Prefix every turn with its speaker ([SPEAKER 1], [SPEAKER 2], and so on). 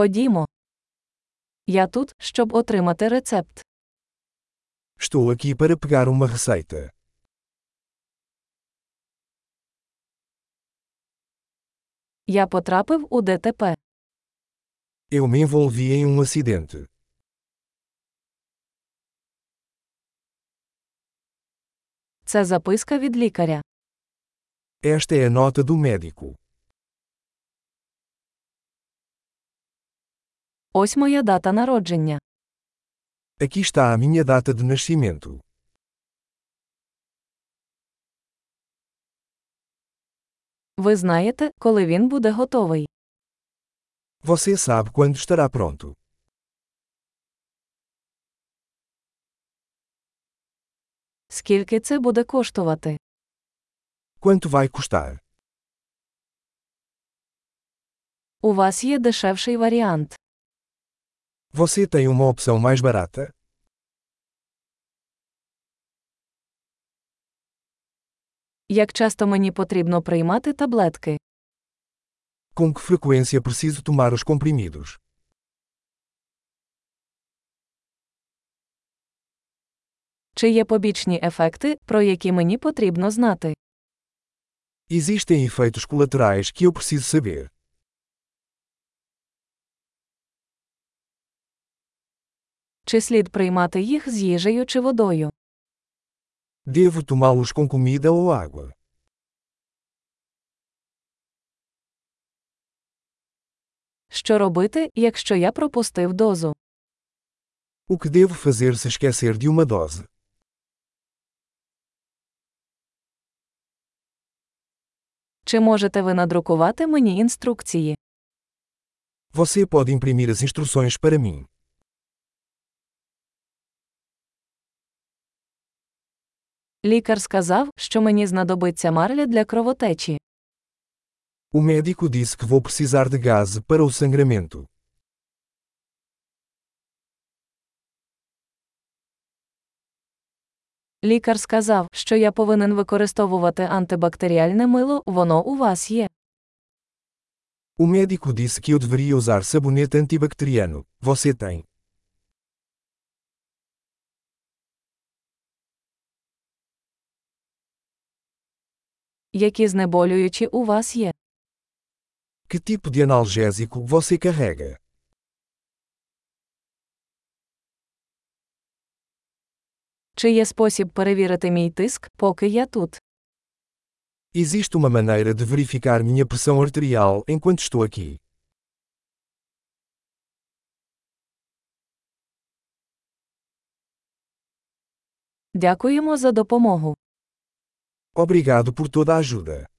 [SPEAKER 1] Ходімо. Я тут, щоб отримати рецепт.
[SPEAKER 2] Estou aqui para pegar uma receita.
[SPEAKER 1] Я потрапив у ДТП.
[SPEAKER 2] Eu me envolvi em um acidente.
[SPEAKER 1] Це записка від лікаря.
[SPEAKER 2] Esta é a nota do médico.
[SPEAKER 1] Ось моя дата народження.
[SPEAKER 2] Aqui está a minha data de nascimento.
[SPEAKER 1] Ви знаєте, коли він буде готовий.
[SPEAKER 2] Você sabe quando estará pronto.
[SPEAKER 1] Скільки це буде коштувати?
[SPEAKER 2] Quanto vai custar?
[SPEAKER 1] У вас є дешевший варіант.
[SPEAKER 2] Você tem uma opção mais barata?
[SPEAKER 1] Як часто мені потрібно приймати таблетки?
[SPEAKER 2] Com que frequência preciso tomar os comprimidos?
[SPEAKER 1] Чи є побічні ефекти, про які мені потрібно знати?
[SPEAKER 2] Existem efeitos colaterais que eu preciso saber.
[SPEAKER 1] Чи слід приймати їх з їжею чи водою?
[SPEAKER 2] Devo tomá-los com comida ou água?
[SPEAKER 1] Що робити, якщо я пропустив дозу?
[SPEAKER 2] O que devo fazer se esquecer de uma dose?
[SPEAKER 1] Чи можете ви надрукувати мені інструкції?
[SPEAKER 2] Você pode imprimir as instruções para mim.
[SPEAKER 1] Лікар сказав, що мені знадобиться марля для кровотечі.
[SPEAKER 2] O médico disse que vou precisar de gás para o sangramento.
[SPEAKER 1] Лікар сказав, що я повинен використовувати антибактеріальне мило, воно у вас є.
[SPEAKER 2] O médico disse que eu deveria usar sabonete antibacteriano. Você tem?
[SPEAKER 1] Які знеболюючі у вас є?
[SPEAKER 2] Que tipo de analgésico você carrega?
[SPEAKER 1] Чи є спосіб перевірити мій тиск, poки я тут?
[SPEAKER 2] Existe uma maneira de verificar minha pressão arterial enquanto estou aqui.
[SPEAKER 1] Дякуємо за допомогу.
[SPEAKER 2] Obrigado por toda a ajuda.